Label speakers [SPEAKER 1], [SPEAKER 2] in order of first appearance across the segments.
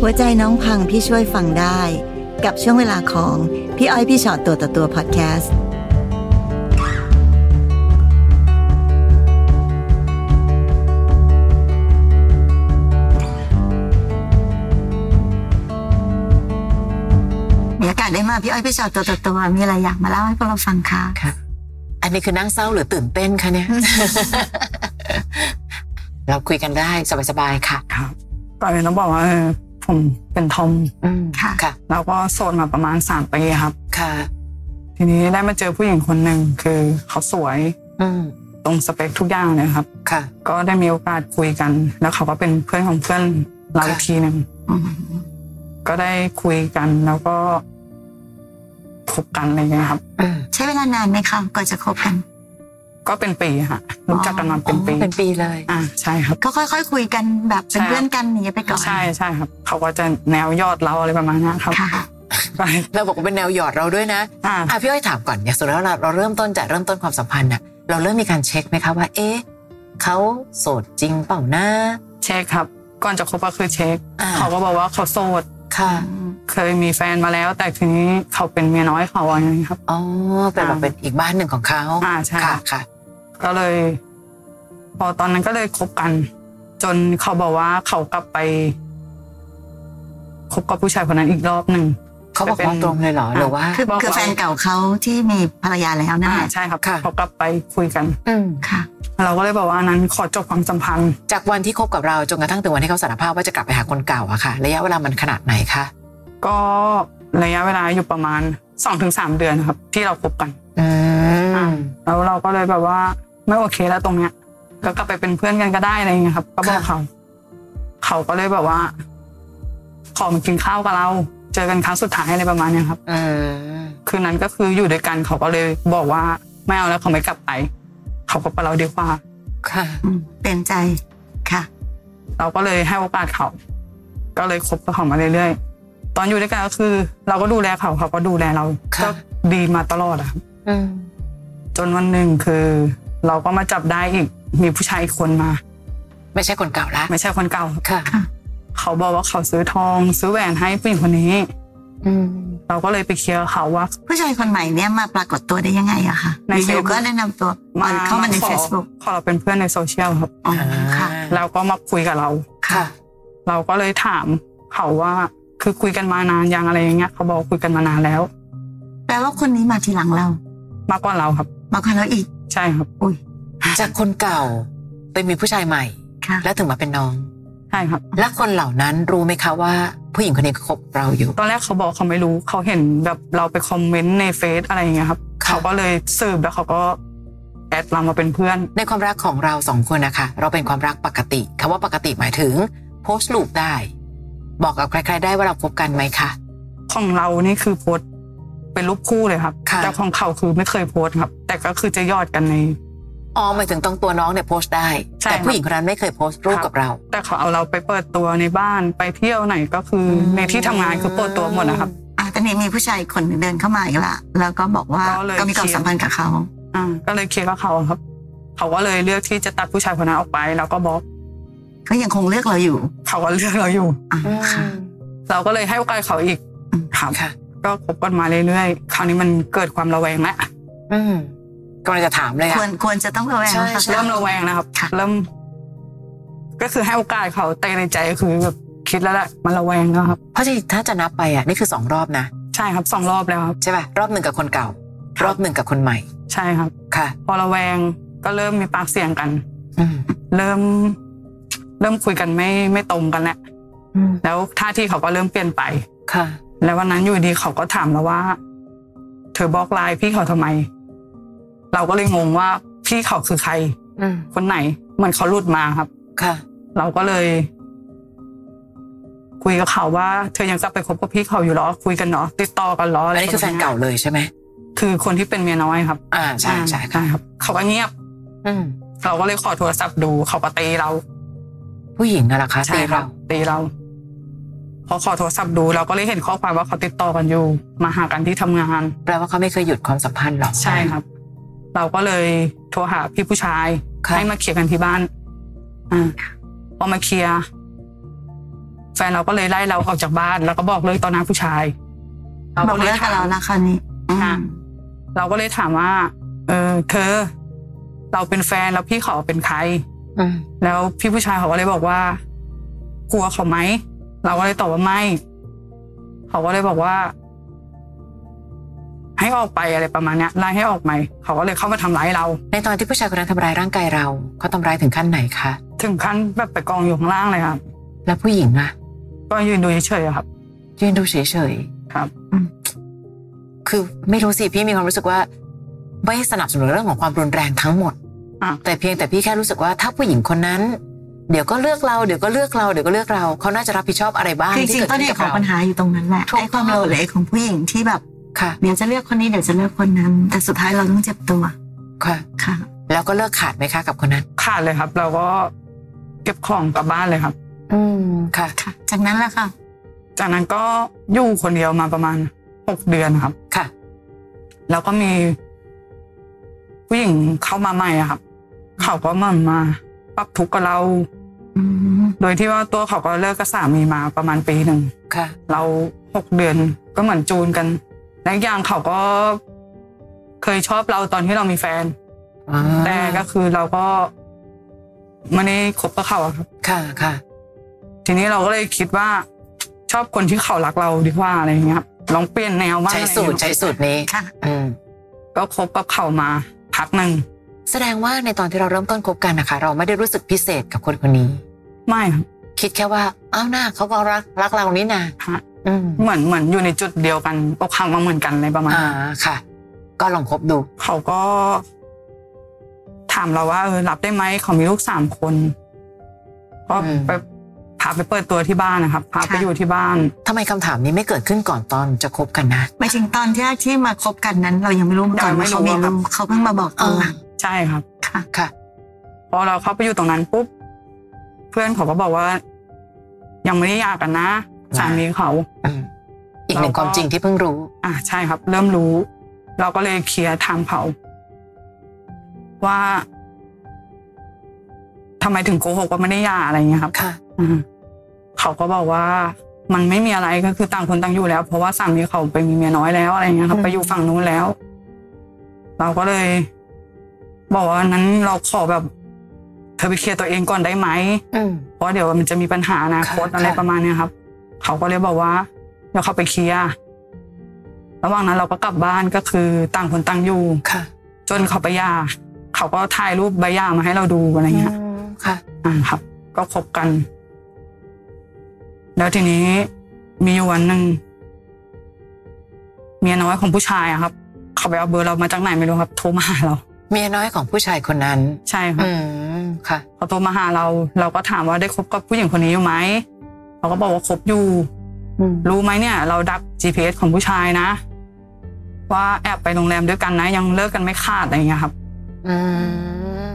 [SPEAKER 1] หัวใจน้องพังพี่ช่วยฟังได้ กับช่วงเวลาของพี่อ้อยพี่ชอตตัวต่อตัวพอดแคสต์ มีโอกาสได้มาพี่อ้อยพี่ชอตตัวต่อตัวมีอะไรอยากมาเล่าให้พวกเราฟังคะ
[SPEAKER 2] ค่ะ อันนี้คือนั่งเศร้าหรือตื่นเต้นคะเนี่ย เราคุยกันได้สบายๆค่ะ
[SPEAKER 3] ครับก่อนอื่นต้องบอกว่าเออผมเป็นทอม
[SPEAKER 2] อืมค่ะ
[SPEAKER 3] แล้วก็โสดมาประมาณสามปีครับ
[SPEAKER 2] ค่ะ
[SPEAKER 3] ทีนี้ได้มาเจอผู้หญิงคนหนึ่งคือเขาสวย
[SPEAKER 2] อืม
[SPEAKER 3] ตรงสเปคทุกอย่างเลยครับ
[SPEAKER 2] ค่ะ
[SPEAKER 3] ก็ได้มีโอกาสคุยกัน แล้วเขาก็เป็นเพื่อนของเพื่อนเราอีกทีหนึ่งก็ได้คุยกันแล้วก็คบกันอะไรเงี้ยครับ
[SPEAKER 2] อืม
[SPEAKER 1] ใช้เวลานานไหมคะกว่อนจะคบกัน
[SPEAKER 3] ก็เป็นปีฮะรู้จักกันมาเป็นปี
[SPEAKER 2] อ๋อเป็นปีเลย
[SPEAKER 3] อ่าใช่ครับ
[SPEAKER 1] ก็ค่อยๆคุยกันแบบเป็น
[SPEAKER 3] ใช่
[SPEAKER 1] เพื่อนกันอย่างเงี้ยไปก่อน
[SPEAKER 3] ใช่ใช่ครับ เขาก็จะแนวยอดเราอะไรประมาณเนี้ยครับ
[SPEAKER 1] ค่ะ
[SPEAKER 3] ก็
[SPEAKER 2] เราบอกว่าเป็นแนวหยอดเราด้วยนะ
[SPEAKER 3] อ่า
[SPEAKER 2] อ่ะพี่อ้อยถามก่อนเนี่ยสมมติแล้วเราเราเริ่มต้นจากเริ่มต้นความสัมพันธ์น่ะ เราเริ่มมีการเช็คไหมคะว่า เอ๊ะเขาโสดจริงเปล่านะ
[SPEAKER 3] เช็คครับ ก่อนจะคบก็คือเช็ค
[SPEAKER 2] อ่า
[SPEAKER 3] เขาก็บอกว่าเขาโสด
[SPEAKER 2] ค่ะ
[SPEAKER 3] เคยมีแฟนมาแล้ว แต่ทีนี้เขาเป็นเมียน้อยเขาอะไรอย่างนี้ครับ
[SPEAKER 2] อ๋อเป็นแบบเป็นอีกบ้านหนึ่งของเขา
[SPEAKER 3] อ่าใช่
[SPEAKER 2] ค่ะค่ะ
[SPEAKER 3] ก็เลย พอตอนนั้นก็เลยคบกัน จนเขาบอกว่าเขากลับไปคบกับผู้ชายคนนั้นอีกรอบหนึ่ง
[SPEAKER 2] เขาบอก
[SPEAKER 3] จะเป็น
[SPEAKER 2] ตรงๆเลยเหรอหรือว่า
[SPEAKER 1] คือ
[SPEAKER 3] บอก
[SPEAKER 1] คือ
[SPEAKER 3] ไว้
[SPEAKER 1] แฟนเก่าเขาที่มีภรรยาแล้วนั่น
[SPEAKER 3] อ่า
[SPEAKER 1] แหละ
[SPEAKER 3] ใช่ครับ
[SPEAKER 2] ค่ะ
[SPEAKER 3] เขากลับไปคุยกัน
[SPEAKER 2] อืม
[SPEAKER 1] ค่ะ
[SPEAKER 3] เราก็เลยบอกว่าอันนั้นขอจบความสัมพันธ์
[SPEAKER 2] จากวันที่คบกับเราจนกระทั่งถึงวันที่เขาสารภาพว่าจะกลับไปหาคนเก่าอะค่ะ ระยะเวลามันขนาดไหนคะ
[SPEAKER 3] ก็ระยะเวลาอยู่ประมาณสองถึงสามเดือนครับ ที่เราคบกัน
[SPEAKER 2] อื
[SPEAKER 3] อ่ะ
[SPEAKER 2] ม
[SPEAKER 3] แล้วเราก็เลยแบบว่าไม่โอเคแล้วตรงเนี้ยก็กลับไปเป็นเพื่อนกันก็ได้อะไรอย่างเงี้ยครับ ก็บอก
[SPEAKER 2] ค่ะ
[SPEAKER 3] เขา เขาก็เลยแบบว่า ขอมากินข้าวกับเรา เจอกันครั้งสุดท้ายอะไรประมาณเนี้ยครับ
[SPEAKER 2] อืม
[SPEAKER 3] คืนนั้นก็คืออยู่ด้วยกันเขาก็เลยบอกว่าไม่เอาแล้วเขาไม่กลับไป เขาก็ไปเราดีกว่า
[SPEAKER 2] ค่ะ
[SPEAKER 1] อืมเปลี่ยนใจค่ะ
[SPEAKER 3] เราก็เลยให้โอกาสเขา ก็เลยคบกับเขามาเรื่อยๆตอนอยู่ด้วยกันก็คือ เราก็ดูแลเขาเขาก็ดูแลเรา
[SPEAKER 2] ค่ะ
[SPEAKER 3] ก็ดีมาตลอดอะครับ
[SPEAKER 2] อืม
[SPEAKER 3] จนวันหนึ่งคือ เราก็มาจับได้อีกมีผู้ชายอีกคนมา
[SPEAKER 2] ไม่ใช่คนเก่าละ
[SPEAKER 3] ไม่ใช่คนเก่าครับ
[SPEAKER 2] ค่ะ
[SPEAKER 3] เขาบอกว่าเขาซื้อทอง ซื้อแหวนให้ผู้หญิงคนนี้
[SPEAKER 2] อืม
[SPEAKER 3] เราก็เลยไปเคลียร์เขาว่า
[SPEAKER 1] ผู้ชายคนใหม่เนี่ยมาปรากฏตัวได้ยังไงอะคะ
[SPEAKER 3] ใน
[SPEAKER 1] อยู่
[SPEAKER 3] Facebook
[SPEAKER 1] ก็แนะนำตัว
[SPEAKER 3] มา
[SPEAKER 1] เข้ามาใน
[SPEAKER 3] ขอ
[SPEAKER 1] Facebook
[SPEAKER 3] ขอเราเป็นเพื่อนในโซเชียลครับ
[SPEAKER 1] อ๋อค่ะ
[SPEAKER 3] เราก็มาคุยกับเรา
[SPEAKER 2] ค่ะ
[SPEAKER 3] เราก็เลยถามเขาว่าคือคุยกันมานานยังอะไรอย่างเงี้ยเขาบอกคุยกันมานานแล้ว
[SPEAKER 1] แปลว่าคนนี้มาทีหลังเรา
[SPEAKER 3] มากกว่าเราครับ
[SPEAKER 1] มาคนเราอีก
[SPEAKER 3] ใช่ครับ
[SPEAKER 1] อุ้ย
[SPEAKER 2] จากคนเก่าไปมีผู้ชายใหม่
[SPEAKER 1] ค่ะ
[SPEAKER 2] แล้วถึงมาเป็นน้อง
[SPEAKER 3] ใช่ครับ
[SPEAKER 2] และคนเหล่านั้นรู้ไหมคะว่า ผู้หญิงคนนี้คบเราอยู่
[SPEAKER 3] ตอนแรกเขาบอกเขาไม่รู้เขาเห็นแบบเราไปคอมเมนต์ในเฟซอะไรอย่างเงี้ยครับ
[SPEAKER 2] ค่ะ
[SPEAKER 3] เขาก็เลยสืบแล้วเขาก็แอดเรามาเป็นเพื่อน
[SPEAKER 2] ในความรักของเราสองคนนะคะ เราเป็นความรักปกติคำว่าปกติหมายถึง โพสต์รูปได้ บอกกับใครๆได้ว่าเราคบกันไหมคะ
[SPEAKER 3] ของเรานี่คือโพสต์เป็นรูปคู่เลยครับ
[SPEAKER 2] ค่ะ
[SPEAKER 3] แต่ของเขาคือไม่เคยโพสต์ครับ แต่ก็คือจะยอดกันใน
[SPEAKER 2] อ๋อหมายถึงต้องตัวน้องเนี่ยโพสต์ได้
[SPEAKER 3] ใช่
[SPEAKER 2] แต่
[SPEAKER 3] ครับ
[SPEAKER 2] ผู้หญิงคนนั้นไม่เคยโพสต์รูปกับเรา
[SPEAKER 3] แต่เขาเอาเราไปเปิดตัวในบ้านไปเที่ยวไหนก็คืออ
[SPEAKER 2] ม
[SPEAKER 3] ในที่ทำงานคือเปิดตัวหมดนะครับ
[SPEAKER 1] อ่ะตอนนี้มีผู้ชายคนหนึ่งเดินเข้ามาอีกละแล้วก็บอกว่า
[SPEAKER 3] ก็เลย
[SPEAKER 1] ก็มีความ
[SPEAKER 3] เคลียร์
[SPEAKER 1] สัมพันธ์กับเขา
[SPEAKER 3] อ่าก็เลยเคลียร์กับเขาอะครับ เขาก็เลยเลือกที่จะตัดผู้ชายคนนั้นออกไป แล้วก็บล็อก
[SPEAKER 1] ก็ยังคงเลือกเราอยู่
[SPEAKER 3] เขาก็เลือกเราอยู่
[SPEAKER 1] อ่ะค่ะ
[SPEAKER 3] เราก็เลยให้โอกาสเขาอีก
[SPEAKER 1] อืม
[SPEAKER 3] ครับ
[SPEAKER 2] ค่ะ
[SPEAKER 3] ก็คบกันมาเรื่อยๆ คราวนี้มันเกิดความระแวงแล้ว
[SPEAKER 2] อืมกำลังจะถามเลย
[SPEAKER 1] คว
[SPEAKER 2] อะ
[SPEAKER 1] รควรจะต้องระแวง
[SPEAKER 2] ใช่
[SPEAKER 1] นะคะ
[SPEAKER 2] ใช่
[SPEAKER 3] เริ่มระแวงนะครับ
[SPEAKER 1] ค่ะ
[SPEAKER 3] เริ่ม ก็คือให้โอกาสเขาแต่ในใจก็คือแบบคิดแล้วแหละมันระแวงแล้วครับ
[SPEAKER 2] เพราะจริงๆถ้าจะนับไปอ่ะนี่คือสองรอบนะ
[SPEAKER 3] ใช่ครับสองรอบแล้วครับ
[SPEAKER 2] ใช่ป่ะรอบหนึ่งกับคนเก่า รอบหนึ่งกับคนใหม่
[SPEAKER 3] ใช่ครับ
[SPEAKER 2] ค่ะ
[SPEAKER 3] พอระแวงก็เริ่มมีปากเสียงกัน
[SPEAKER 2] อืม
[SPEAKER 3] เริ่ม เริ่มคุยกันไม่ไม่ตรงกันแหละ
[SPEAKER 2] อืม
[SPEAKER 3] แล้วท่าที่เขาก็เริ่มเปลี่ยนไป
[SPEAKER 2] ค่ะ
[SPEAKER 3] แล้ววันนั้นอยู่ดีเขาก็ถามเราว่า เธอบล็อกไลน์พี่เขาทำไม เราก็เลยงงว่าพี่เขาคือใคร
[SPEAKER 2] อืม
[SPEAKER 3] คนไหนเหมันเขาหลุดมาครับ
[SPEAKER 2] ค่ะ
[SPEAKER 3] เราก็เลย คุยกับเขาว่า เธอยังจะไปคบกับพี่เขาอยู่เหรอ คุยกันเนาะติดต่อกันเหรออะ
[SPEAKER 2] อั
[SPEAKER 3] ไร
[SPEAKER 2] นนี้คือแฟนเก่าเลยใช่ไหม
[SPEAKER 3] คือคนที่เป็นเมียน้อยครับ
[SPEAKER 2] อ่าใช่ใช่ค่ะ
[SPEAKER 3] ครับ เขาก็เงียบ
[SPEAKER 2] อืม
[SPEAKER 3] เราก็เลยขอโทรศัพท์ดู เขาก็ตีเรา
[SPEAKER 2] ผู้หญิงน่ะเหรอคะ
[SPEAKER 3] ใช่
[SPEAKER 2] ตี
[SPEAKER 3] ครั
[SPEAKER 2] เรา
[SPEAKER 3] บตีเรา พอขอโทรศัพท์ดูเราก็เลยเห็นข้อความว่าเขาติดต่อกันอยู่ มาหากันที่ทำงาน
[SPEAKER 2] แปลว่าเขาไม่เคยหยุดความสัมพันธ์หรอก
[SPEAKER 3] ใช่ครับ เราก็เลยโทรหาพี่ผู้ชาย
[SPEAKER 2] ครับ
[SPEAKER 3] ให้มาเคลียร์กันที่บ้าน อ่าพอมาเคลียร์ แฟนเราก็เลยไล่เราออกจากบ้าน แล้วก็บอกเลิกต่อหน้าผู้ชาย
[SPEAKER 1] บอกเลิกกับเรานะคะนี่อืม
[SPEAKER 3] ค่ะ เราก็เลยถามว่า เออเธอ เราเป็นแฟนแล้วพี่เขาเป็นใคร
[SPEAKER 2] อืม
[SPEAKER 3] แล้วพี่ผู้ชายเขาก็เลยบอกว่า กลัวเขาไหมเราก็เลยตอบว่าไม่ เขาก็เลยบอกว่า ให้ออกไปอะไรประมาณเนี้ยไล่ให้ออกไปเขาก็เลยเข้ามาทำร้ายเรา
[SPEAKER 2] ในตอนที่ผู้ชายคนนั้นทำร้ายร่างกายเราเขาทำร้ายถึงขั้นไหนคะ
[SPEAKER 3] ถึงขั้นแบบไปกองอยู่ข้างล่างเลยครับ
[SPEAKER 2] แล้วผู้หญิงอะ
[SPEAKER 3] ก็ยืนดูเฉยๆอะครับ
[SPEAKER 2] ยืนดูเฉย
[SPEAKER 3] ครับ
[SPEAKER 2] ๆคือไม่รู้สิพี่มีความรู้สึกว่าไม่สนับสนุนเรื่องของความรุนแรงทั้งหมด
[SPEAKER 3] อ่ะ
[SPEAKER 2] แต่เพียงแต่พี่แค่รู้สึกว่าถ้าผู้หญิงคนนั้น เดี๋ยวก็เลือกเราเดี๋ยวก็เลือกเราเดี๋ยวก็เลือกเราเขาน่าจะรับผิดชอบอะไรบ้าง
[SPEAKER 1] คือจริง
[SPEAKER 2] ที่
[SPEAKER 1] ๆต้นเห
[SPEAKER 2] เกิดขึ้นกั
[SPEAKER 1] ตุข
[SPEAKER 2] บ
[SPEAKER 1] อง
[SPEAKER 2] เรา
[SPEAKER 1] ปัญหาอยู่ตรงนั้นแหละ
[SPEAKER 2] ถูก
[SPEAKER 1] ไอ้ความ
[SPEAKER 2] ต้อง
[SPEAKER 1] เราเหลยของผู้หญิงที่แบบ
[SPEAKER 2] ค่ะ
[SPEAKER 1] เดี๋ยวจะเลือกคนนี้เดี๋ยวจะเลือกคนนั้น แต่สุดท้ายเราต้องเจ็บตัว
[SPEAKER 2] ค่ะ
[SPEAKER 1] ค่ะ
[SPEAKER 2] แล้วก็เลิกขาดไหมคะกับคนนั้น
[SPEAKER 3] ขาดเลยครับ เราก็เก็บของกลับบ้านเลยครับ
[SPEAKER 2] อืมค่ะ
[SPEAKER 1] ค่ะ จากนั้นแหละค่ะ
[SPEAKER 3] จากนั้นก็อยู่คนเดียวมาประมาณหกเดือนครับ
[SPEAKER 2] ค่ะ
[SPEAKER 3] แล้วก็มีผู้หญิงเข้ามาใหม่อะครับ เขาก็มามาปรับทุกข์กับเรา
[SPEAKER 1] อืม
[SPEAKER 3] โดยที่ว่าตัวเขาก็เลิกกับสามีมาประมาณปีหนึ่ง
[SPEAKER 2] ค่ะ
[SPEAKER 3] เราหกเดือนก็เหมือนจูนกันและอีกอย่างเขาก็เคยชอบเราตอนที่เรามีแฟน
[SPEAKER 2] อ๋อ
[SPEAKER 3] แต่ก็คือเราก็ไม่ได้คบกับเขาอะครับ
[SPEAKER 2] ค่ะ ค่ะ
[SPEAKER 3] ทีนี้เราก็เลยคิดว่า ชอบคนที่เขารักเราดีกว่าอะไรอย่างเงี้ยครับลองเปลี่ยนแนวบ้าง
[SPEAKER 2] ใช้
[SPEAKER 3] อะไรอย่าง
[SPEAKER 2] สูตร
[SPEAKER 3] เงี้ย
[SPEAKER 2] ใช้สูตรนี้
[SPEAKER 1] ค่ะ
[SPEAKER 2] อืม
[SPEAKER 3] ก็คบกับเขามาพักหนึ่ง
[SPEAKER 2] แสดงว่าในตอนที่เราเริ่มต้นคบกันนะคะ เราไม่ได้รู้สึกพิเศษกับคนคนนี้
[SPEAKER 3] ไม่ครับ
[SPEAKER 2] คิดแค่ว่า อ้าวหน้าเขาก็รักรักเรานี่นา
[SPEAKER 3] ฮะ
[SPEAKER 2] อืม
[SPEAKER 3] เหมือนเหมือนอยู่ในจุดเดียวกันอกหักมาเหมือนกันอะไรประมาณ
[SPEAKER 2] อ่า
[SPEAKER 3] นั้น
[SPEAKER 2] ค่ะ ก็ลองคบดู
[SPEAKER 3] เขาก็ ถามเราว่าเออรับได้ไหมเขามีลูกสามคนก็
[SPEAKER 2] อืม
[SPEAKER 3] ไปพาไปเปิดตัวที่บ้านนะครับพาไป
[SPEAKER 1] ค่ะ
[SPEAKER 3] อยู่ที่บ้าน
[SPEAKER 2] ทำไมคำถามนี้ไม่เกิดขึ้นก่อนตอนจะคบกันนะ
[SPEAKER 1] หมายถึงตอนที่ที่มาคบกันนั้น เรายังไม่รู้มาก่อน
[SPEAKER 3] ยังไม่
[SPEAKER 1] ว่าเขา
[SPEAKER 3] รู้
[SPEAKER 1] มี
[SPEAKER 3] ครับ
[SPEAKER 1] ลูกเขาเพิ่งมาบอกตอนหลัง
[SPEAKER 3] ใช่ครับ
[SPEAKER 1] ค่ะ
[SPEAKER 2] ค่ะ
[SPEAKER 3] พอเราเข้าไปอยู่ตรงนั้นปุ๊บเพื่อนเขาก็บอกว่า ยังไม่ได้หย่ากันนะ
[SPEAKER 2] อ่า
[SPEAKER 3] สามีเขา
[SPEAKER 2] อืมอีกหนึ่ง
[SPEAKER 3] เราก็
[SPEAKER 2] ความจริงที่เพิ่งรู้
[SPEAKER 3] อ่าใช่ครับ เริ่มรู้ เราก็เลยเคลียร์ทางเขาว่าทำไมถึงโกหกว่าไม่ได้หย่าอะไรอย่างเงี้ยครับ
[SPEAKER 2] ค่ะ
[SPEAKER 3] อืมเขาก็บอกว่ามันไม่มีอะไรก็คือต่างคนต่างอยู่แล้ว เพราะว่าสามีเขาไปมีเมียน้อยแล้วอะไรเงี้ยครั
[SPEAKER 2] อื
[SPEAKER 3] บ
[SPEAKER 2] ม
[SPEAKER 3] ไปอยู่ฝั่งนู้นแล้ว เราก็เลย บอกว่านั้นเราขอแบบเธอไปเคลียร์ตัวเองก่อนได้ไหม
[SPEAKER 2] อืม
[SPEAKER 3] เพราะเดี๋ยวมันจะมีปัญหาอนาคต
[SPEAKER 2] ค่ะ
[SPEAKER 3] อะไร
[SPEAKER 2] ค่ะ
[SPEAKER 3] ประมาณเนี้ยครับ เขาก็เลยบอกว่าเดี๋ยวเขาไปเคลียร์ระหว่างนั้นเราก็กลับบ้านก็คือต่างคนต่างอยู่
[SPEAKER 2] ค่ะ
[SPEAKER 3] จนเขาไปหยาเขาก็ถ่ายรูปใบหยามาให้เราดูอะไรเงี้ย
[SPEAKER 2] อืมค่ะ
[SPEAKER 3] อ่าครับ ก็คบกัน แล้วทีนี้มีอยู่วันหนึ่งเมียน้อยของผู้ชายอะครับ เขาไปเอาเบอร์เรามาจากไหนไม่รู้ครับ โทรมาหาเรา
[SPEAKER 2] เมียน้อยของผู้ชายคนนั้น
[SPEAKER 3] ใช่ครับ
[SPEAKER 2] อืม ค่ะ
[SPEAKER 3] เขาโทรมาหาเรา เราก็ถามว่าได้คบกับผู้หญิงคนนี้อยู่ไหมเขาก็บอกว่าคบอยู่
[SPEAKER 2] อืม
[SPEAKER 3] รู้ไหมเนี่ย เราดัก GPS ของผู้ชายนะ ว่าแอบไปโรงแรมด้วยกันนะ ยังเลิกกันไม่ขาดอะไรอย่างเงี้ยครับ
[SPEAKER 2] อืม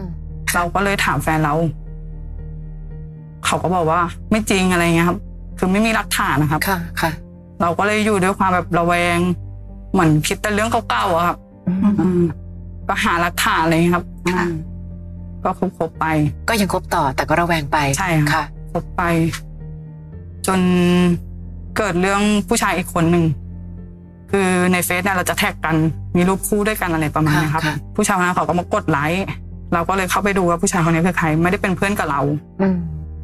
[SPEAKER 3] เราก็เลยถามแฟนเรา เขาก็บอกว่า ไม่จริงอะไรเงี้ยครับ คือไม่มีหลักฐานนะครับ
[SPEAKER 2] ค่ะ ค่ะ
[SPEAKER 3] เราก็เลยอยู่ด้วยความแบบระแวง เหมือนคิดแต่เรื่องเก่าๆอะครับ
[SPEAKER 2] อืม
[SPEAKER 3] อืมก็หาหลักฐานอะไรเงี้ยครับ
[SPEAKER 1] ค่ะ
[SPEAKER 3] ก็คบๆไป
[SPEAKER 2] ก็ยังคบต่อแต่ก็ระแวงไป
[SPEAKER 3] ใช่ค่ะ
[SPEAKER 2] ค่ะ
[SPEAKER 3] คบไป จนเกิดเรื่องผู้ชายอีกคนหนึ่งคือในเฟซเนี่ยเราจะแท็กกัน มีรูปคู่ด้วยกันอะไรประมาณเนี้ยครับ
[SPEAKER 2] ค่ะ
[SPEAKER 3] ผู้ชายคนนั้นเขาก็มากดไลค์เราก็เลยเข้าไปดูว่าผู้ชายคนนี้คือใคร ไม่ได้เป็นเพื่อนกับเรา
[SPEAKER 2] อืม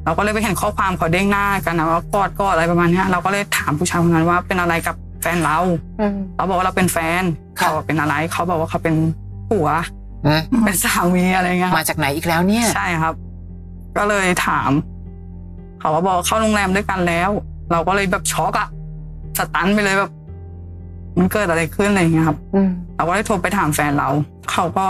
[SPEAKER 3] เราก็เลยไปเห็นข้อความเขาเด้งหน้ากันนะว่ากอดกอดอะไรประมาณเนี้ยเราก็เลยถามผู้ชายคนนั้นว่าเป็นอะไรกับแฟนเรา
[SPEAKER 2] อืม
[SPEAKER 3] เราบอกว่าเราเป็นแฟน
[SPEAKER 2] ค่ะ
[SPEAKER 3] เขาเป็นอะไร เขาบอกว่าเขาเป็นผัว
[SPEAKER 2] อืม
[SPEAKER 3] เป็นสามีอะไรเงี้ย
[SPEAKER 2] มาจากไหนอีกแล้วเนี่ย
[SPEAKER 3] ใช่ครับ ก็เลยถาม เขาก็บอกว่าเข้าโรงแรมด้วยกันแล้ว เราก็เลยแบบช็อกอะสตันไปเลยแบบ มันเกิดอะไรขึ้นอะไรเงี้ยครับ
[SPEAKER 2] อืม
[SPEAKER 3] เราก็เลยโทรไปถามแฟนเรา เขาก็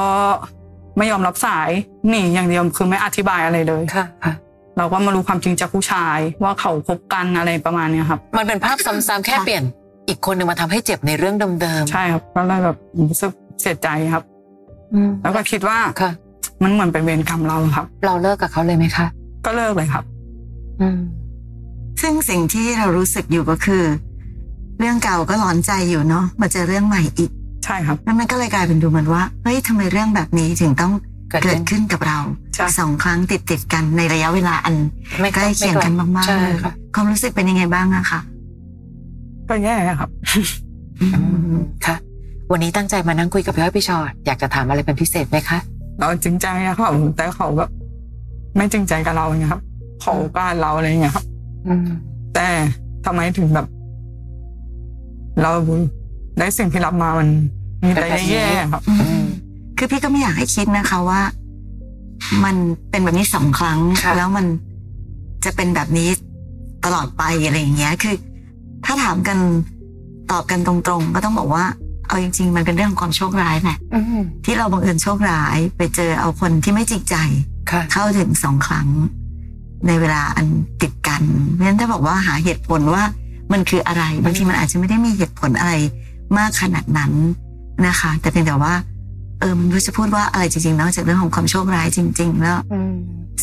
[SPEAKER 3] ไม่ยอมรับสายหนีอย่างเดียวคือไม่อธิบายอะไรเลย
[SPEAKER 2] ค่ะ ค่ะ
[SPEAKER 3] เราก็มารู้ความจริงจากผู้ชาย ว่าเขาคบกันอะไรประมาณเนี้ยครับ
[SPEAKER 2] มันเป็นภาพซ้ำๆแค่
[SPEAKER 1] ค่ะ
[SPEAKER 2] เปลี่ยน อีกคนหนึ่งมาทำให้เจ็บในเรื่องเดิมๆ
[SPEAKER 3] ใช่ครับก็เลยแบบรู้สึกเสียใจครับ
[SPEAKER 2] อืม
[SPEAKER 3] แล้วก็คิดว่า
[SPEAKER 2] ค่ะ
[SPEAKER 3] มันเหมือนเป็นเวรกรรมเราครับ
[SPEAKER 2] เราเลิกกับเขาเลยไหมคะ
[SPEAKER 3] ก็เลิกเลยครับ
[SPEAKER 2] อืม
[SPEAKER 1] ซึ่งสิ่งที่เรารู้สึกอยู่ก็คือ เรื่องเก่าก็ร้อนใจอยู่เนาะมาเจอเรื่องใหม่อีก
[SPEAKER 3] ใช่ครับ
[SPEAKER 1] แล้วมันก็เลยกลายเป็นดูเหมือนว่าเฮ้ยทำไมเรื่องแบบนี้ถึงต้อง
[SPEAKER 2] เกิด
[SPEAKER 1] เกิ
[SPEAKER 2] ขึ้
[SPEAKER 1] ด
[SPEAKER 2] น
[SPEAKER 1] ขึ้นกับเรา
[SPEAKER 3] ใช่
[SPEAKER 1] สองครั้งติดติดๆกันในระยะเวลาอัน
[SPEAKER 2] ไม่
[SPEAKER 1] ใกล้เคียงกันมาก
[SPEAKER 2] ใช่
[SPEAKER 1] ๆเลย
[SPEAKER 2] ค่ะ
[SPEAKER 1] ความรู้สึกเป็นยังไงบ้างอะคะ
[SPEAKER 3] ก็แย่ครับ
[SPEAKER 2] อืมค่ะ วันนี้ตั้งใจมานั่งคุยกับพี่อ้อยพี่ชอตอยากจะถามอะไรเป็นพิเศษไหมคะ
[SPEAKER 3] เราจริงใจอะครับแต่เขาแบบไม่จริงใจกับเราอย่างเงี้ยครับขอโอกาสเราอะไรอย่างเงี้ยครับ
[SPEAKER 2] อืม
[SPEAKER 3] แต่ทำไมถึงแบบ เราได้สิ่งที่รับมามันมีแต่
[SPEAKER 2] เป็นแบบนี้
[SPEAKER 3] แย่ๆครับ
[SPEAKER 1] อืมคือพี่ก็ไม่อยากให้คิดนะคะว่า มันเป็นแบบนี้สองครั้ง
[SPEAKER 2] ค่ะ
[SPEAKER 1] แล้วมันจะเป็นแบบนี้ตลอดไปอะไรอย่างเงี้ย คือ ถ้าถามกันตอบกันตรงๆ ก็ต้องบอกว่า เอาจริง ๆ มันเป็นเรื่องของความโชคร้ายแหละ
[SPEAKER 2] อืม
[SPEAKER 1] ที่เราบังเอิญโชคร้าย ไปเจอเอาคนที่ไม่จริงใจ
[SPEAKER 2] ค่ะ
[SPEAKER 1] เข้าถึงสองครั้ง ในเวลาอันติดกันเพราะฉะนั้นถ้าบอกว่าหาเหตุผลว่ามันคืออะไรบางทีมันอาจจะไม่ได้มีเหตุผลอะไรมากขนาดนั้นนะคะ แต่เพียงแต่ว่า เออมันไม่รู้จะพูดว่าอะไรจริงๆนอกจากเรื่องของความโชคร้ายจริง ๆ แล้ว
[SPEAKER 2] อืม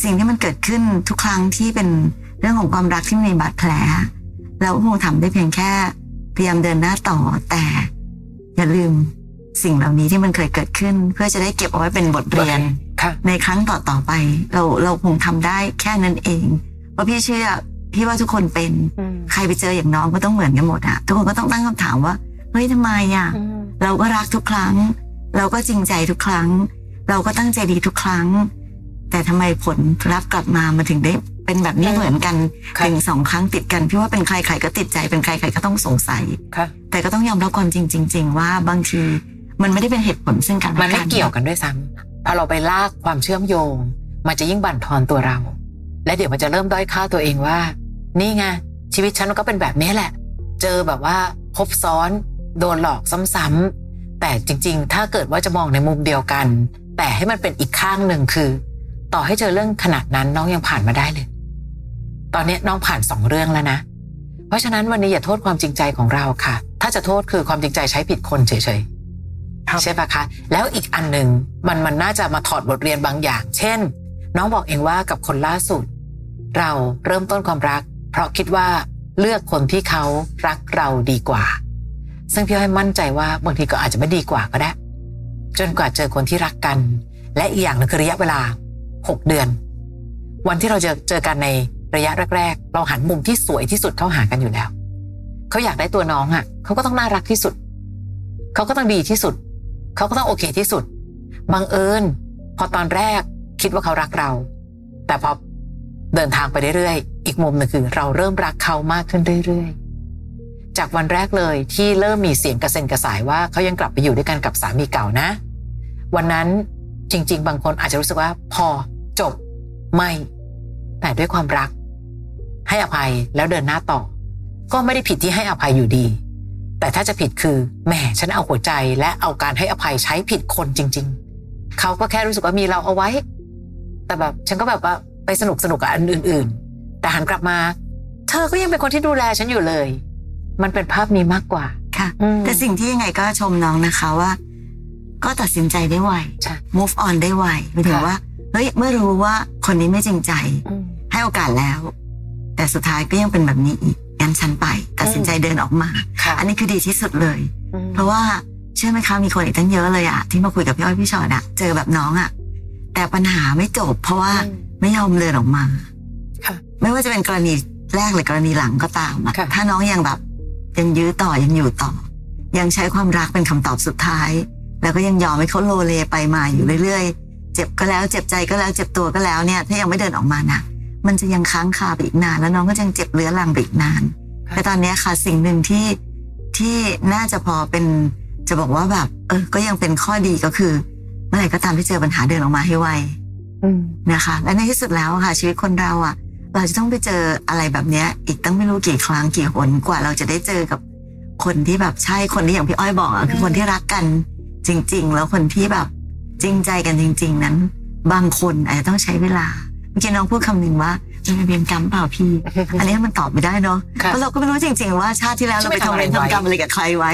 [SPEAKER 1] สิ่งที่มันเกิดขึ้นทุกครั้งที่เป็นเรื่องของความรักที่มีบาดแผล เราก็คงทำได้เพียงแค่พยายามเดินหน้าต่อแต่อย่าลืมสิ่งเหล่านี้ที่มันเคยเกิดขึ้น เพื่อจะได้เก็บเอาไว้เป็นบทเรียน
[SPEAKER 2] ค่ะ
[SPEAKER 1] ในครั้งต่อๆไป เราเราคงทำได้แค่นั้นเองเพราะพี่เชื่อพี่ว่าทุกคนเป็น
[SPEAKER 2] อืม
[SPEAKER 1] ใครไปเจออย่างน้องก็ต้องเหมือนกันหมดอะทุกคนก็ต้องตั้งคำถามว่าเฮ้ยทำไมอะ
[SPEAKER 2] อืม
[SPEAKER 1] เราก็รักทุกครั้ง เราก็จริงใจทุกครั้ง เราก็ตั้งใจดีทุกครั้ง แต่ทำไมผลรับกลับมามาถึงได้เป็นแบบนี้
[SPEAKER 2] อืม
[SPEAKER 1] เหมือนกัน
[SPEAKER 2] ค่ะ
[SPEAKER 1] ถึงสองครั้งติดกันพี่ว่าเป็นใครใครก็ติดใจเป็นใครใครก็ต้องสงสัย
[SPEAKER 2] ค่ะ
[SPEAKER 1] แต่ก็ต้องยอมรับความจริงจริง ๆ ว่าบางทีมันไม่ได้เป็นเหตุผลซึ่งกันและ
[SPEAKER 2] มันไม่
[SPEAKER 1] กัน
[SPEAKER 2] เกี่ยวกันด้วยซ้ำพอเราไปลากความเชื่อมโยง มันจะยิ่งบั่นทอนตัวเรา และเดี๋ยวมันจะเริ่มด้อยค่าตัวเองว่า นี่ไงชีวิตฉันมันก็เป็นแบบนี้แหละ เจอแบบว่าครบซ้อนโดนหลอกซ้ำๆแต่จริง ๆ ถ้าเกิดว่าจะมองในมุมเดียวกัน แต่ให้มันเป็นอีกข้างหนึ่งคือ ต่อให้เจอเรื่องขนาดนั้นน้องยังผ่านมาได้เลย ตอนนี้น้องผ่านสองเรื่องแล้วนะ เพราะฉะนั้นวันนี้อย่าโทษความจริงใจของเราค่ะ ถ้าจะโทษคือความจริงใจใช้ผิดคนเฉยๆ
[SPEAKER 3] ครับ
[SPEAKER 2] ใช่ปะคะ แล้วอีกอันหนึ่งมันมันน่าจะมาถอดบทเรียนบางอย่าง เช่น น้องบอกเองว่ากับคนล่าสุด เราเริ่มต้นความรัก เพราะคิดว่าเลือกคนที่เขารักเราดีกว่า ซึ่งพี่ให้อยมั่นใจว่าบางทีก็อาจจะไม่ดีกว่าก็ได้ จนกว่าเจอคนที่รักกัน และอีกอย่างหนึงคือระยะเวลา 6 เดือน วันที่เราเจอเจอกันในระยะแรกๆ เราหันมุมที่สวยที่สุดเข้าหากันอยู่แล้ว เขาอยากได้ตัวน้องอ่ะเขาก็ต้องน่ารักที่สุด เขาก็ต้องดีที่สุด เขาก็ต้องโอเคที่สุด บังเอิญพอตอนแรกคิดว่าเขารักเรา แต่พอเดินทางไปเรื่อยๆ อีกมุมหนึ่งคือเราเริ่มรักเขามากขึ้นเรื่อยๆ จากวันแรกเลยที่เริ่มมีเสียงกระเซ็นกระสายว่าเขายังกลับไปอยู่ด้วยกันกับสามีเก่านะ วันนั้นจริง ๆ บางคนอาจจะรู้สึกว่า พอจบไม่ แต่ด้วยความรัก ให้อภัยแล้วเดินหน้าต่อ ก็ไม่ได้ผิดที่ให้อภัยอยู่ดี แต่ถ้าจะผิดคือแหมฉันเอาหัวใจและเอาการให้อภัยใช้ผิดคนจริง ๆ เขาก็แค่รู้สึกว่ามีเราเอาไว้ แต่แบบฉันก็แบบว่าไปสนุกสนุกกับอันอื่น ๆ แต่หันกลับมา เธอก็ยังเป็นคนที่ดูแลฉันอยู่เลย มันเป็นภาพนี้มากกว่า
[SPEAKER 1] ค่ะ
[SPEAKER 2] อืม
[SPEAKER 1] แต่สิ่งที่ยังไงก็ชมน้องนะคะว่า ก็ตัดสินใจได้ไว
[SPEAKER 2] ใช่
[SPEAKER 1] move on ได้ไวหมายถึง
[SPEAKER 2] ค่ะ
[SPEAKER 1] ว่าเฮ้ยเมื่อรู้ว่าคนนี้ไม่จริงใจ
[SPEAKER 2] อืม
[SPEAKER 1] ให้โอกาสแล้ว แต่สุดท้ายก็ยังเป็นแบบนี้อีกงั้นฉันไป ตัดสินใจเดินออกมา
[SPEAKER 2] ค่ะ
[SPEAKER 1] อันนี้คือดีที่สุดเลย เพราะว่าเชื่อไหมคะมีคนอีกตั้งเยอะเลยอะที่มาคุยกับพี่อ้อยพี่ชอดอะเจอแบบน้องอะแต่ปัญหาไม่จบ เพราะว่า
[SPEAKER 2] อืม
[SPEAKER 1] ไม่ยอมเดินออกมา
[SPEAKER 2] ค่ะ
[SPEAKER 1] ไม่ว่าจะเป็นกรณีแรกหรือกรณีหลังก็ตามอะ
[SPEAKER 2] ค่ะ
[SPEAKER 1] ถ้าน้องยังแบบยังยื้อต่อยังอยู่ต่อ ยังใช้ความรักเป็นคำตอบสุดท้าย แล้วก็ยังยอมให้เขาโลเลไปมาอยู่เรื่อยๆ เจ็บก็แล้วเจ็บใจก็แล้วเจ็บตัวก็แล้วเนี่ย ถ้ายังไม่เดินออกมานะมันจะยังค้างคาไปอีกนาน แล้วน้องก็ยังเจ็บเรื้อรังไปอีกนาน
[SPEAKER 2] ครับ
[SPEAKER 1] แต่ตอนเนี้ยค่ะสิ่งหนึ่งที่ที่น่าจะพอเป็นจะบอกว่าแบบ เออก็ยังเป็นข้อดีก็คือ เมื่อไหร่ก็ตามที่เจอปัญหาเดินออกมาให้ไว
[SPEAKER 2] อืม
[SPEAKER 1] นะคะ และในที่สุดแล้วอะค่ะ ชีวิตคนเราอ่ะ เราจะต้องไปเจออะไรแบบเนี้ย อีกตั้งไม่รู้กี่ครั้งกี่หนกว่าเราจะได้เจอกับคนที่แบบใช่คนที่อย่างพี่อ้อยบอกอะคือคนที่รักกันจริง ๆ แล้วคนที่แบบจริงใจกันจริง ๆ นั้น บางคนอาจจะต้องใช้เวลาเมื่อกี้น้องพูดคำหนึ่งว่ามันเป็นเวรกรรมเปล่าพี่ อันนี้มันตอบไม่ได้เนาะ
[SPEAKER 2] ค่ะ
[SPEAKER 1] เพราะเราก็ไม่รู้จริงๆว่าชาติที่แล้วเราไปทำเวรทำกรรมอะไรกับใครไว้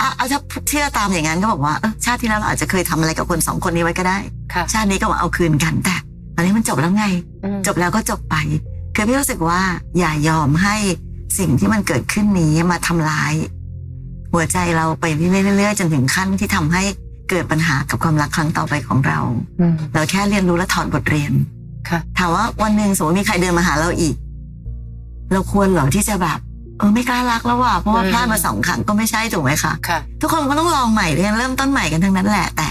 [SPEAKER 1] อ่ะเอาถ้าเชื่อตามอย่างนั้นก็บอกว่าเออชาติที่แล้วเราอาจจะเคยทำอะไรกับคนสองคนนี้ไว้ก็ได้
[SPEAKER 2] ค่ะ
[SPEAKER 1] ชาตินี้ก็มาเอาคืนกันแต่ตอนนี้มันจบแล้วไง
[SPEAKER 2] อืม
[SPEAKER 1] จบแล้วก็จบไป คือพี่รู้สึกว่าอย่ายอมให้สิ่งที่มันเกิดขึ้นนี้มาทำร้าย หัวใจเราไปเรื่อยๆจนถึงขั้นที่ทำให้ เกิดปัญหากับความรักครั้งต่อไปของเรา
[SPEAKER 2] อืม
[SPEAKER 1] เราแค่เรียนรู้และถอดบทเรียน
[SPEAKER 2] ค่ะ
[SPEAKER 1] ถามว่าวันหนึ่งสมมติมีใครเดินมาหาเราอีก เราควรเหรอที่จะแบบ เออไม่กล้ารักแล้วว่ะเพราะว่า
[SPEAKER 2] อืม
[SPEAKER 1] พลาดมาสองครั้งก็ไม่ใช่ถูกไหมคะ
[SPEAKER 2] ค่ะ
[SPEAKER 1] ทุกคนก็ต้องลองใหม่เรียนเริ่มต้นใหม่กันทั้งนั้นแหละแต่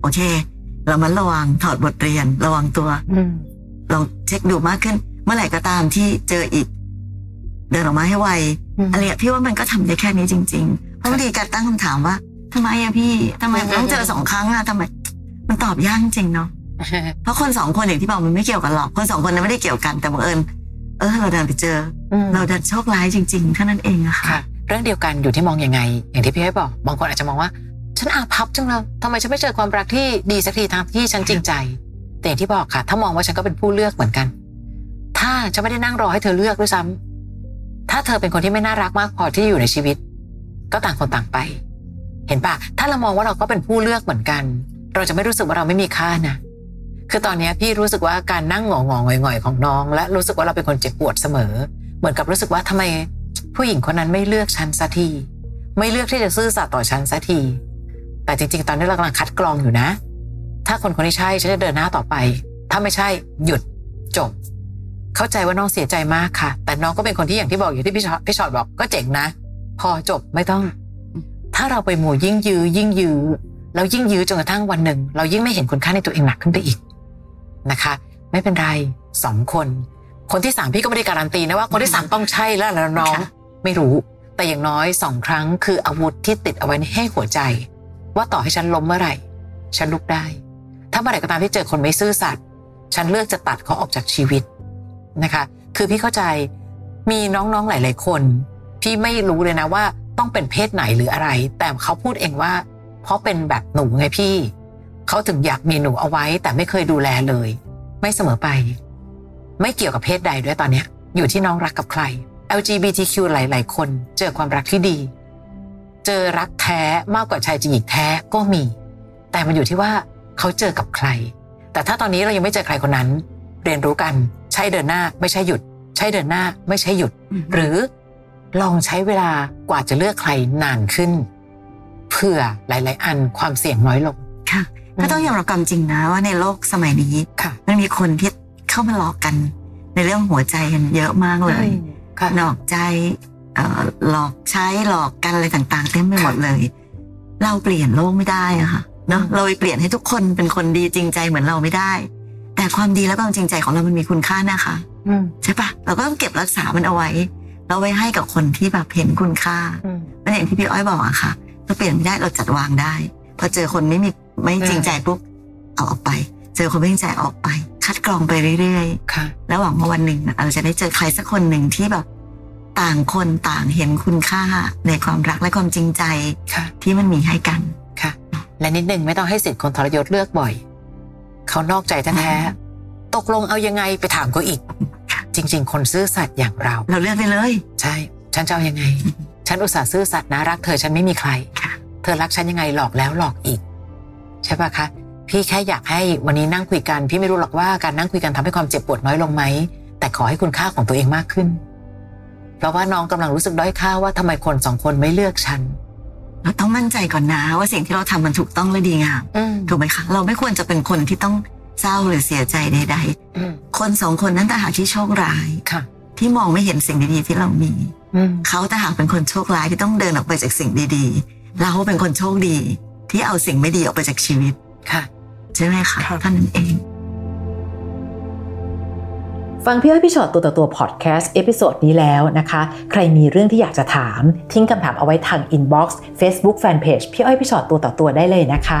[SPEAKER 1] โอเค เรามันระวังถอดบทเรียน ระวังตัว
[SPEAKER 2] อืม
[SPEAKER 1] ลองเช็คดูมากขึ้น เมื่อไหร่ก็ตามที่เจออีก เดินออกมาให้ไว
[SPEAKER 2] อืม
[SPEAKER 1] อะไรอะพี่ว่ามันก็ทำได้แค่นี้จริงๆเพราะบางทีการตั้งคำถามว่าทำไมอะพี่ทำไมมันต้องเจอสองครั้งอะทำไม มันตอบยากจริงๆเนาะ เพราะคนสองคนอย่างที่บอกมันไม่เกี่ยวกันหรอก คนสองคนนั้นไม่ได้เกี่ยวกันแต่บังเอิญเออเราดันไปเจอ
[SPEAKER 2] อืม
[SPEAKER 1] เราดันโชคร้ายจริงๆเท่านั้นเองอะค่ะ
[SPEAKER 2] ค่ะเรื่องเดียวกันอยู่ที่มองยังไง อย่างที่พี่ให้บอกบางคนอาจจะมองว่า ฉันอาภัพจังเลยทำไมฉันไม่เจอความรักที่ดีสักทีทางที่ฉันจริงใจ แต่อย่างที่บอกค่ะ ถ้ามองว่าฉันก็เป็นผู้เลือกเหมือนกัน ถ้าฉันไม่ได้นั่งรอให้เธอเลือกด้วยซ้ำถ้าเธอเป็นคนที่ไม่น่ารักมากพอที่อยู่ในชีวิต ก็ต่างคนต่างไป เห็นปะถ้าเรามองว่าเราก็เป็นผู้เลือกเหมือนกัน เราจะไม่รู้สึกว่าเราไม่มีค่านะคือตอนเนี้ยพี่รู้สึกว่าการนั่งหงองๆหงอยๆของน้อง และรู้สึกว่าเราเป็นคนเจ็บปวดเสมอ เหมือนกับรู้สึกว่าทำไม ผู้หญิงคนนั้นไม่เลือกฉันสักที ไม่เลือกที่จะซื่อสัตย์ต่อฉันสักที แต่จริง ๆ ตอนนี้เรากำลังคัดกรองอยู่นะ ถ้าคนคนนี้ใช่ฉันจะเดินหน้าต่อไป ถ้าไม่ใช่หยุดจบ เข้าใจว่าน้องเสียใจมากค่ะ แต่น้องก็เป็นคนที่อย่างที่บอกอยู่ที่พี่ชอตพี่ชอตบอกก็เจ๋งนะ พอจบไม่ต้อง ถ้าเราไปหมู่ยิ่งยื้อยิ่งยื้อแล้วยิ่งยื้อจนกระทั่งวันหนึ่ง เรายิ่งไม่เห็นคุณค่าในตัวเองหนักขึ้นไปอีกนะคะ ไม่เป็นไรสองคน คนที่สามพี่ก็ไม่ได้การันตีนะว่าคนที่สามต้องใช่แล้วแล้วน้อง
[SPEAKER 1] ค่ะ
[SPEAKER 2] ไม่รู้ แต่อย่างน้อยสองครั้งคืออาวุธที่ติดเอาไว้ให้หัวใจ ว่าต่อให้ฉันล้มเมื่อไหร่ ฉันลุกได้ ถ้าเมื่อไหร่ก็ตามที่เจอคนไม่ซื่อสัตย์ฉันเลือกจะตัดเขาออกจากชีวิตนะคะ คือพี่เข้าใจมีน้องๆหลาย ๆ คนที่ไม่รู้เลยนะว่าต้องเป็นเพศไหนหรืออะไร แต่เขาพูดเองว่า เพราะเป็นแบบหนูไงพี่ เขาถึงอยากมีหนูเอาไว้ แต่ไม่เคยดูแลเลย ไม่เสมอไป ไม่เกี่ยวกับเพศใดด้วยตอนเนี้ย อยู่ที่น้องรักกับใคร LGBTQ หลาย ๆ คนเจอความรักที่ดี เจอรักแท้มากกว่าชายจริงหญิงแท้ก็มี แต่มันอยู่ที่ว่าเขาเจอกับใคร แต่ถ้าตอนนี้เรายังไม่เจอใครคนนั้น เรียนรู้กันใช่เดินหน้าไม่ใช่หยุด ใช่เดินหน้าไม่ใช่หยุด หรือลองใช้เวลากว่าจะเลือกใครนานขึ้นเผื่อหลาย ๆ อันความเสี่ยงน้อยลง
[SPEAKER 1] ค่ะก็ต้องยอมรับความจริงนะว่าในโลกสมัยนี้
[SPEAKER 2] ค่ะ
[SPEAKER 1] มันมีคนที่เข้ามาหลอกกัน ในเรื่องหัวใจกันเยอะมากเลย
[SPEAKER 2] ค่ะ
[SPEAKER 1] หลอกใจเอ่อหลอกใช้หลอกกันอะไรต่างๆเต็มไปหมดเลย เราเปลี่ยนโลกไม่ได้อะค่ะเนาะ
[SPEAKER 2] อืม
[SPEAKER 1] เราไปเปลี่ยนให้ทุกคนเป็นคนดีจริงใจเหมือนเราไม่ได้ แต่ความดีและความจริงใจของเรามันมีคุณค่านะคะ
[SPEAKER 2] อืม
[SPEAKER 1] ใช่ปะเราก็ต้องเก็บรักษามันเอาไว้ เราไว้ให้กับคนที่แบบเห็นคุณค่า
[SPEAKER 2] อืม
[SPEAKER 1] เป็นอย่างที่พี่อ้อยบอกอะค่ะเราเปลี่ยนไม่ได้เราจัดวางได้ พอเจอคนไม่มีไม่จริงใจปุ๊บเอาออกไป เจอคนไม่จริงใจเอาออกไป คัดกรองไปเรื่อยๆ
[SPEAKER 2] ค่ะ
[SPEAKER 1] แล้วหวังว่าวันหนึ่งน่ะเราจะได้เจอใครสักคนหนึ่งที่แบบ ต่างคนต่างเห็นคุณค่าในความรักและความจริงใจ
[SPEAKER 2] ค่ะ
[SPEAKER 1] ที่มันมีให้กัน
[SPEAKER 2] ค่ะ และนิดนึงไม่ต้องให้สิทธิ์คนทรยศเลือกบ่อย เขานอกใจแท้ๆตกลงเอายังไงไปถามเขาอีก จริง ๆ คนซื่อสัตย์อย่างเรา
[SPEAKER 1] เราเลือกได้เลย
[SPEAKER 2] ใช่ ฉันจะเอายังไง ฉันอุตส่าห์ซื่อสัตย์นะรักเธอฉันไม่มีใคร
[SPEAKER 1] ค่ะ
[SPEAKER 2] เธอรักฉันยังไงหลอกแล้วหลอกอีก ใช่ปะคะ พี่แค่อยากให้วันนี้นั่งคุยกัน พี่ไม่รู้หรอกว่าการนั่งคุยกันทำให้ความเจ็บปวดน้อยลงไหม แต่ขอให้คุณค่าของตัวเองมากขึ้น เพราะว่าน้องกำลังรู้สึกด้อยค่าว่าทำไมคนสองคนไม่เลือกฉัน
[SPEAKER 1] เราต้องมั่นใจก่อนนะว่าสิ่งที่เราทำมันถูกต้องและดีงาม
[SPEAKER 2] อืม
[SPEAKER 1] ถูกไหมคะเราไม่ควรจะเป็นคนที่ต้องเศร้าหรือเสียใจใด
[SPEAKER 2] อืม
[SPEAKER 1] ๆ คนสองคนนั้นต่างหากที่โชคร้าย
[SPEAKER 2] ค่ะ
[SPEAKER 1] ที่มองไม่เห็นสิ่งดีๆที่เรามี
[SPEAKER 2] อืม
[SPEAKER 1] เขาต่างหากเป็นคนโชคร้ายที่ต้องเดินออกไปจากสิ่งดีๆเราเป็นคนโชคดี ที่เอาสิ่งไม่ดีออกไปจากชีวิต
[SPEAKER 2] ค่ะ
[SPEAKER 1] ใช่ไหมคะ
[SPEAKER 3] ครับ
[SPEAKER 1] เท่านั้นเอง
[SPEAKER 4] ฟังพี่อ้อยพี่ชอตตัวต่อตัวพอดแคสต์เอพิโซดนี้แล้วนะคะ ใครมีเรื่องที่อยากจะถาม ทิ้งคำถามเอาไว้ทางอินบ็อกซ์เฟซบุ๊กแฟนเพจพี่อ้อยพี่ชอตตัวต่อตัวได้เลยนะคะ